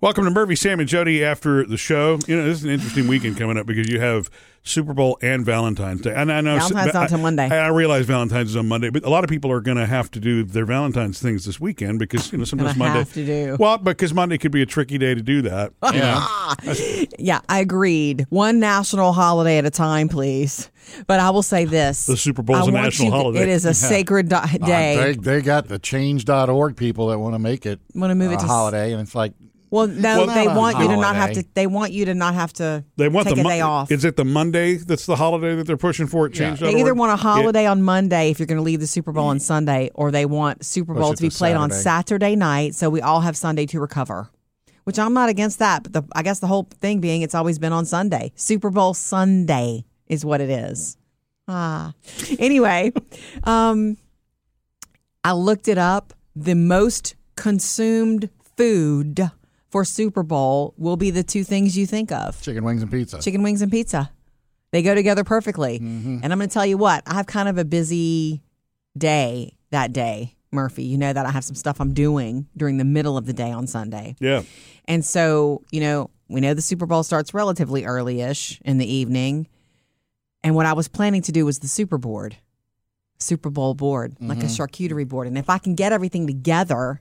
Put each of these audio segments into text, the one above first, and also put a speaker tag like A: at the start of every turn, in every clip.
A: Welcome to Murphy, Sam, and Jody after the show. You know, this is an interesting weekend coming up because you have Super Bowl and Valentine's Day. And I know
B: Valentine's not till Monday.
A: I, I realize Valentine's is on Monday, but a lot of people are going to have to do their Valentine's things this weekend because you know sometimes
B: Gonna
A: Monday.
B: have to do.
A: Well, because Monday could be a tricky day to do that. you know?
B: Yeah, I agreed. One national holiday at a time, please. But I will say this:
A: The Super Bowl is
B: I
A: a
B: want
A: national
B: you-
A: holiday.
B: It is a sacred di-
C: They,
B: day.
C: they got the change.org people that want to make it
B: Wanna move
C: a
B: it to s-
C: holiday, and it's like,
B: Well, no,
C: Well,
B: they
C: not a
B: want you to not have
C: holiday.
B: to. They want you to not have to.
A: They want
B: take
A: the
B: a
A: Mon-
B: day off.
A: Is it the Monday that's the holiday that they're pushing for? It changed.
B: They either want a holiday on Monday if you're going to leave the Super Bowl on Sunday, or they want Super Bowl
C: Mm-hmm. it
B: to be
C: to
B: played on
C: Saturday.
B: Saturday night, so we all have Sunday to recover. Which I'm not against that, but the, I guess the whole thing being it's always been on Sunday. Super Bowl Sunday is what it is. Ah, anyway, um, I looked it up. The most consumed food for Super Bowl will be the two things you think of
C: chicken wings and pizza.
B: chicken wings and pizza. They go together perfectly. And I'm going to tell you what, I have kind of a busy day that day, Murphy. You know that I have some stuff I'm doing during the middle of the day on Sunday.
A: Yeah.
B: And so, you know, we know the Super Bowl starts relatively early ish in the evening. And what I was planning to do was the Super Board, Super Bowl board, like a charcuterie board. And if I can get everything together,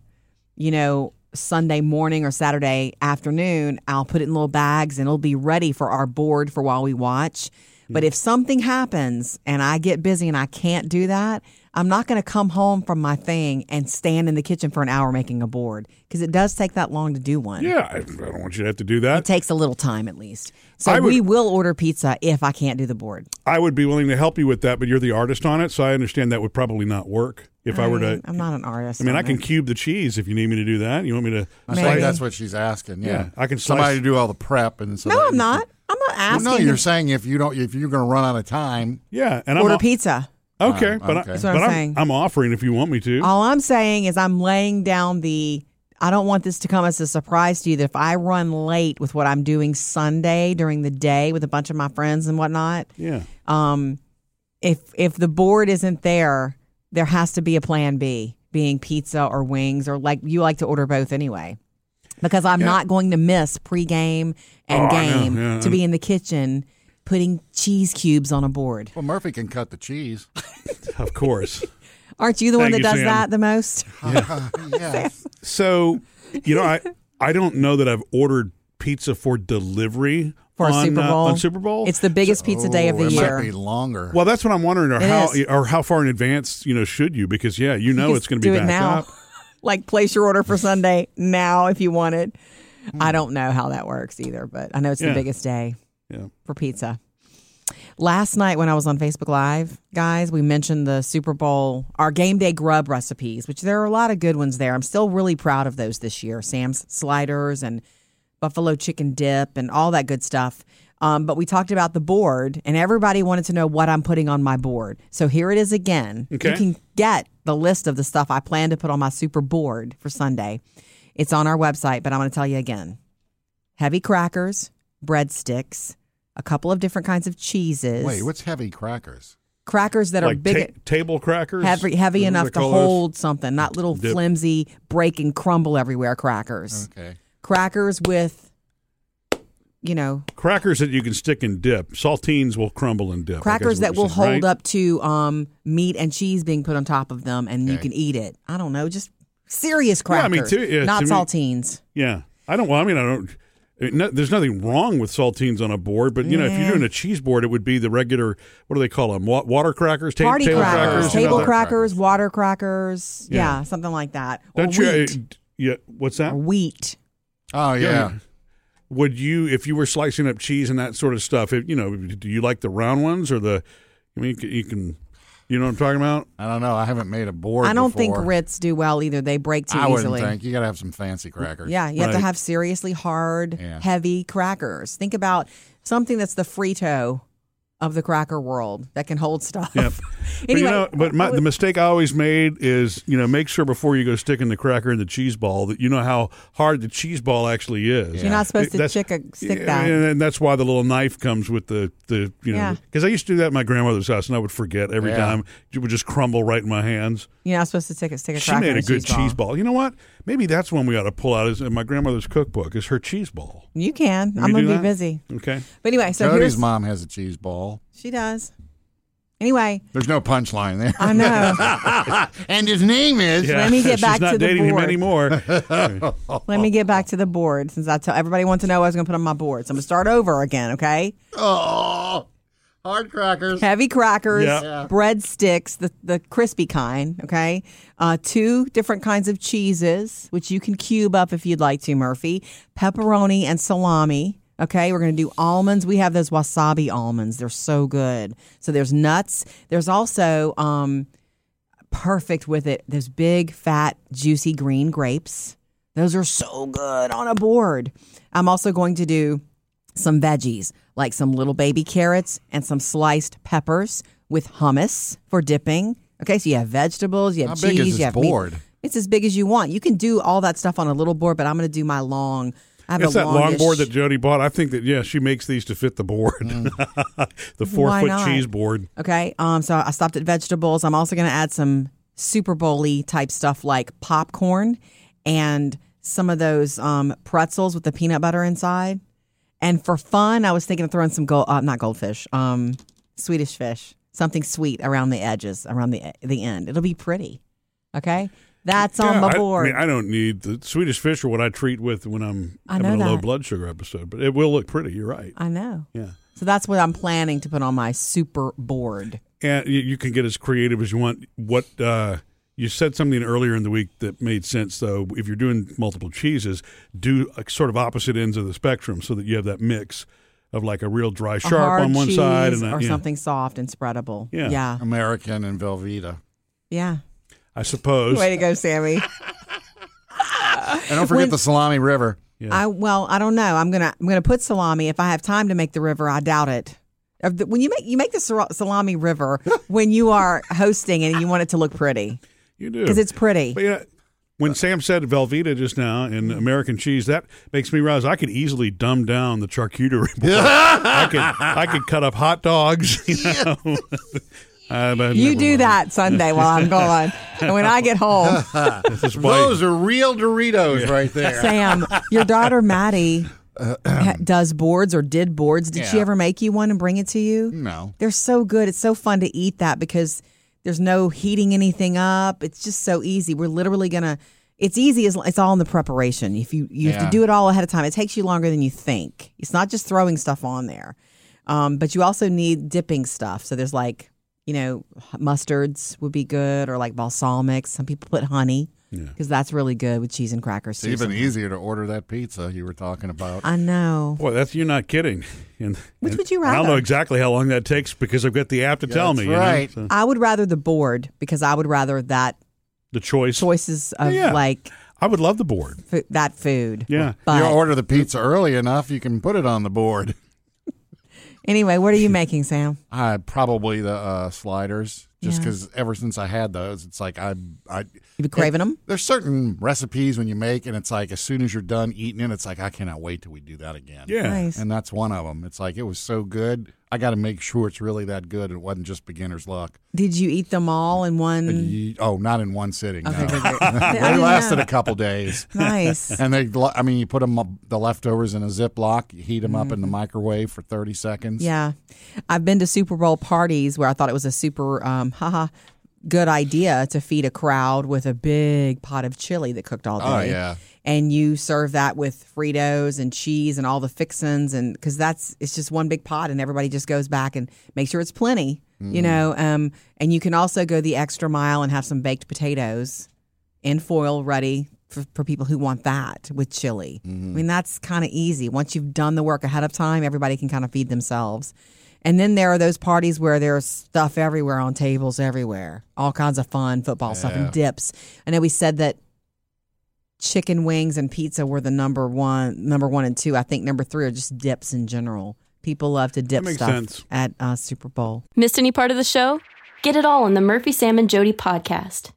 B: you know, Sunday morning or Saturday afternoon, I'll put it in little bags and it'll be ready for our board for while we watch. But if something happens and I get busy and I can't do that, I'm not going to come home from my thing and stand in the kitchen for an hour making a board because it does take that long to do one.
A: Yeah. I, I don't want you to have to do
B: It
A: that.
B: takes a little time at least. So
A: I would-
B: we will order pizza if I can't do the board.
A: I would be willing to help you with that, but you're the artist on it, so I understand that would probably not work if I, were to.
B: I'm not an artist.
A: I mean,
B: on
A: I can
B: it.
A: cube the cheese if you need me to do that. You want me to?
C: I
B: Maybe.
C: think that's what she's asking. Yeah,
A: Yeah, I can
C: somebody
A: slice-
C: to do all the prep and so.
B: No,
C: that
B: I'm
C: you
B: not. I'm not
C: can-
B: asking.
C: Well, no, you're
B: to
C: saying if you don't, if you're going to run out of time,
A: Yeah, and
B: order
A: I'm
B: pizza.
A: Okay,
C: Um,
A: but, I,
C: okay. That's
B: what I'm
A: but I'm,
B: saying.
A: I'm offering if you want me to.
B: All I'm saying is I'm laying down the. I don't want this to come as a surprise to you that if I run late with what I'm doing Sunday during the day with a bunch of my friends and whatnot,
A: yeah,
B: um, if if the board isn't there, there has to be a plan B, being pizza or wings or like you like to order both anyway, because I'm not going to miss pregame and
A: Oh, I know,
B: game
A: yeah,
B: to
A: I'm-
B: be in the kitchen putting cheese cubes on a board.
C: well, Murphy can cut the cheese.
A: of course.
B: Aren't you the one
A: Thank
B: that
A: you, Sam.
B: does that the most?
C: yeah,
A: So, you know, I I don't know that I've ordered pizza for delivery
B: For a
A: on,
B: Super
A: uh,
B: Bowl?
A: on Super Bowl.
B: It's the biggest pizza day of
C: Oh,
B: the
C: it
B: year.
C: Might be longer.
A: well, that's what I'm wondering, or
B: It
A: how
B: is.
A: or how far in advance you know should you? Because yeah, you know
B: You
A: it's
B: just
A: going to be
B: do
A: backed
B: it now.
A: up.
B: like place your order for Sunday now if you want it. I don't know how that works either, but I know it's
A: Hmm. Yeah.
B: the biggest day
A: Yeah.
B: for pizza. Last night when I was on Facebook Live, guys, we mentioned the Super Bowl, our game day grub recipes, which there are a lot of good ones there. I'm still really proud of those this year. Sam's sliders and buffalo chicken dip and all that good stuff. Um, but we talked about the board, and everybody wanted to know what I'm putting on my board. So here it is again.
A: Okay.
B: You can get the list of the stuff I plan to put on my super board for Sunday. It's on our website, but I'm going to tell you again heavy crackers, breadsticks, a couple of different kinds of cheeses.
C: Wait, what's heavy crackers?
B: Crackers that are
A: Like
B: big.
A: ta- table crackers,
B: Heavy, heavy
A: Those are
B: enough to
A: called.
B: hold something, not little
A: Dip.
B: flimsy break and crumble everywhere crackers.
C: Okay,
B: Crackers with, you know,
A: crackers that you can stick and dip. Saltines will crumble and dip. I guess
B: crackers
A: is
B: that
A: what you're
B: will
A: saying,
B: hold
A: right?
B: up to um, meat and cheese being put on top of them, and you
C: Okay.
B: can eat it. I don't know, just serious
A: Yeah, I
B: crackers,
A: mean, to- yeah,
B: not
A: to me-
B: saltines.
A: Yeah, I don't. Well, I mean, I don't. I mean, no, there's nothing wrong with saltines on a board, but you know, if you're doing a cheese board, it would be the regular. What do they call them? Wa- water crackers, ta-
B: Party
A: table
B: crackers,
A: crackers, you know,
B: table
A: that-
B: crackers,
C: crackers.
B: water crackers, yeah.
A: Yeah.
B: something like that. Or
A: Don't you? uh,
B: wheat.
A: d- yeah. What's that?
B: Or wheat.
C: oh yeah.
A: Would you, if you were slicing up cheese and that sort of stuff, if, you know, do you like the round ones or the? I mean, you can. You, can, you know what I'm talking about?
C: I don't know. I haven't made a board.
B: I don't think
C: before.
B: grits do well either; they break too
C: I wouldn't
B: easily.
C: think you got to have some fancy crackers.
B: Yeah, you have to
A: Right.
B: have seriously hard,
C: Yeah.
B: heavy crackers. Think about something that's the Frito of the cracker world that can hold stuff.
A: Yep. But,
B: anyway,
A: you know, but my, the mistake I always made is, you know, make sure before you go sticking the cracker in the cheese ball that you know how hard the cheese ball actually is.
B: You're not supposed to
A: That's-
B: chick a- stick
A: Yeah,
B: that.
A: and, and that's why the little knife comes with the the you
B: Yeah.
A: know because I used to do that at my grandmother's house and I would forget every
C: Yeah.
A: time it would just crumble right in my hands.
B: You're not supposed to stick a stick a
A: She
B: cracker
A: made
B: in
A: a good
B: cheese ball.
A: cheese ball. You know what? Maybe that's one we ought to pull out. Is in my grandmother's cookbook is her cheese ball.
B: You can. I'm
A: you
B: going
A: do
B: to be
A: that?
B: busy.
A: Okay.
B: But anyway, so
C: Cody's
B: here's
C: mom has a cheese ball.
B: she does. Anyway,
C: There's no punchline there.
B: I know.
C: and his name is.
B: Yeah. Let me get back
A: She's not
B: to the
A: dating him
B: board.
A: anymore.
B: Let me get back to the board since I tell everybody wants to know what I was going to put on my board. So I'm going to start over again, okay?
C: Oh, hard crackers.
B: Heavy crackers,
A: Yeah.
C: Yeah.
B: breadsticks, the, the crispy kind, okay? Uh, two different kinds of cheeses, which you can cube up if you'd like to, Murphy. Pepperoni and salami, okay? We're going to do almonds. We have those wasabi almonds, they're so good. So there's nuts. There's also um, perfect with it, those big, fat, juicy green grapes. Those are so good on a board. I'm also going to do some veggies, like some little baby carrots and some sliced peppers with hummus for dipping. Okay, so you have vegetables, you have
C: How
B: cheese,
C: big is
B: you
C: this
B: have meat.
C: board?
B: It's as big as you want. You can do all that stuff on a little board, but I'm going to do my long. I have
A: It's
B: a
A: that long
B: longish-
A: board that Jody bought. I think that yeah, she makes these to fit the board, the four
B: Mm. Why
A: foot
B: not?
A: cheese board.
B: Okay. Um. So I stopped at vegetables. I'm also going to add some Super Bowly type stuff like popcorn and some of those um, pretzels with the peanut butter inside. And for fun, I was thinking of throwing some gold, uh, not goldfish, um, Swedish fish, something sweet around the edges, around the the end. It'll be pretty. Okay. That's on
A: Yeah,
B: my
A: I-
B: board.
A: I, mean, I don't need the Swedish fish or what I treat with when I'm
B: I
A: having
B: know
A: a low
B: that.
A: blood sugar episode, but it will look pretty. You're right.
B: I know.
A: Yeah.
B: So that's what I'm planning to put on my super board.
A: and you, you can get as creative as you want. What uh, you said something earlier in the week that made sense, though. If you're doing multiple cheeses, do uh, sort of opposite ends of the spectrum so that you have that mix of like a real dry
B: A
A: sharp
B: hard
A: on one
B: cheese
A: side and a-
B: or
A: yeah.
B: something soft and spreadable.
A: Yeah.
B: Yeah.
C: American and Velveeta.
B: Yeah.
A: I suppose.
B: Way to go, Sammy.
C: And don't forget the Salami River.
B: I well, I don't know. I'm gonna I'm gonna put salami if I have time to make the river. I doubt it. Of the- When you make you make the sal- salami river when you are hosting and you want it to look pretty
A: You do
B: because it's Uh, pretty.
A: But yeah, when Sam said Velveeta just now
B: Mm-hmm.
A: and American cheese, that makes me realize I could easily dumb down the charcuterie board. I could I could cut up hot dogs. You know. I- I
B: You
A: never
B: do
A: mind.
B: that Sunday while I'm gone, and when I get home,
A: This is why-
C: Those are real Doritos right there.
B: Sam, your daughter Maddie
A: Uh,
B: ha- does boards or did boards. Did she
C: Yeah.
B: ever make you one and bring it to you?
C: No.
B: They're so good. It's so fun to eat that because there's no heating anything up. It's just so easy. We're literally gonna. It's easy. As, it's all in the preparation. If you you have
C: Yeah.
B: to do it all ahead of time, it takes you longer than you think. It's not just throwing stuff on there, um, but you also need dipping stuff. So there's like you know mustards would be good or like balsamics. Some people put honey because that's really good with cheese and crackers.
C: It's
B: too.
C: even easier to order that pizza you were talking about.
B: I know.
A: Boy, that's you're not kidding. And,
B: Which
A: and
B: would you
A: I don't
B: rather?
A: know exactly how long that takes because I've got the app to tell
C: that's
A: me. you know,
C: right.
A: so
B: I would rather the board because I would rather that
A: the choice.
B: choices of
A: Yeah.
B: like
A: I would love the board.
B: fo- that food.
A: Yeah.
C: you
B: But
C: order the pizza early enough, you can put it on the board.
B: anyway, what are you making, Sam?
C: I probably the uh, sliders, just
B: Yeah.
C: because ever since I had those, it's like I, I
B: You be craving them?
C: there's certain recipes when you make, and it's like as soon as you're done eating it, it's like I cannot wait till we do that again.
A: Yeah.
B: Nice.
C: and that's one of them. It's like it was so good, I got to make sure it's really that good. It wasn't just beginner's luck.
B: Did you eat them all in one?
C: You- oh, not in one sitting.
B: Mm. Okay,
C: no.
B: good, good. I
C: they
B: didn't
C: lasted
B: know.
C: a couple days.
B: Nice.
C: And they, I mean, you put them the leftovers in a Ziploc, you heat them up in
B: Mm.
C: the microwave for thirty seconds.
B: Yeah. I've been to Super Bowl parties where I thought it was a super, um, haha, good idea to feed a crowd with a big pot of chili that cooked all day.
C: Oh, yeah.
B: And you serve that with Fritos and cheese and all the fixins, and because that's it's just one big pot, and everybody just goes back and make sure it's plenty,
C: Mm.
B: you know. Um, and you can also go the extra mile and have some baked potatoes in foil ready for, for people who want that with chili. I mean, that's kind of easy. Once you've done the work ahead of time, everybody can kind of feed themselves. And then there are those parties where there's stuff everywhere on tables everywhere, all kinds of fun football stuff and dips. I know we said that chicken wings and pizza were the number one, number one and two. I think number three are just dips in general. People love to dip
A: makes
B: stuff
A: sense.
B: at uh, Super Bowl.
D: Missed any part of the show? Get it all on the Murphy, Sam, and Jody podcast.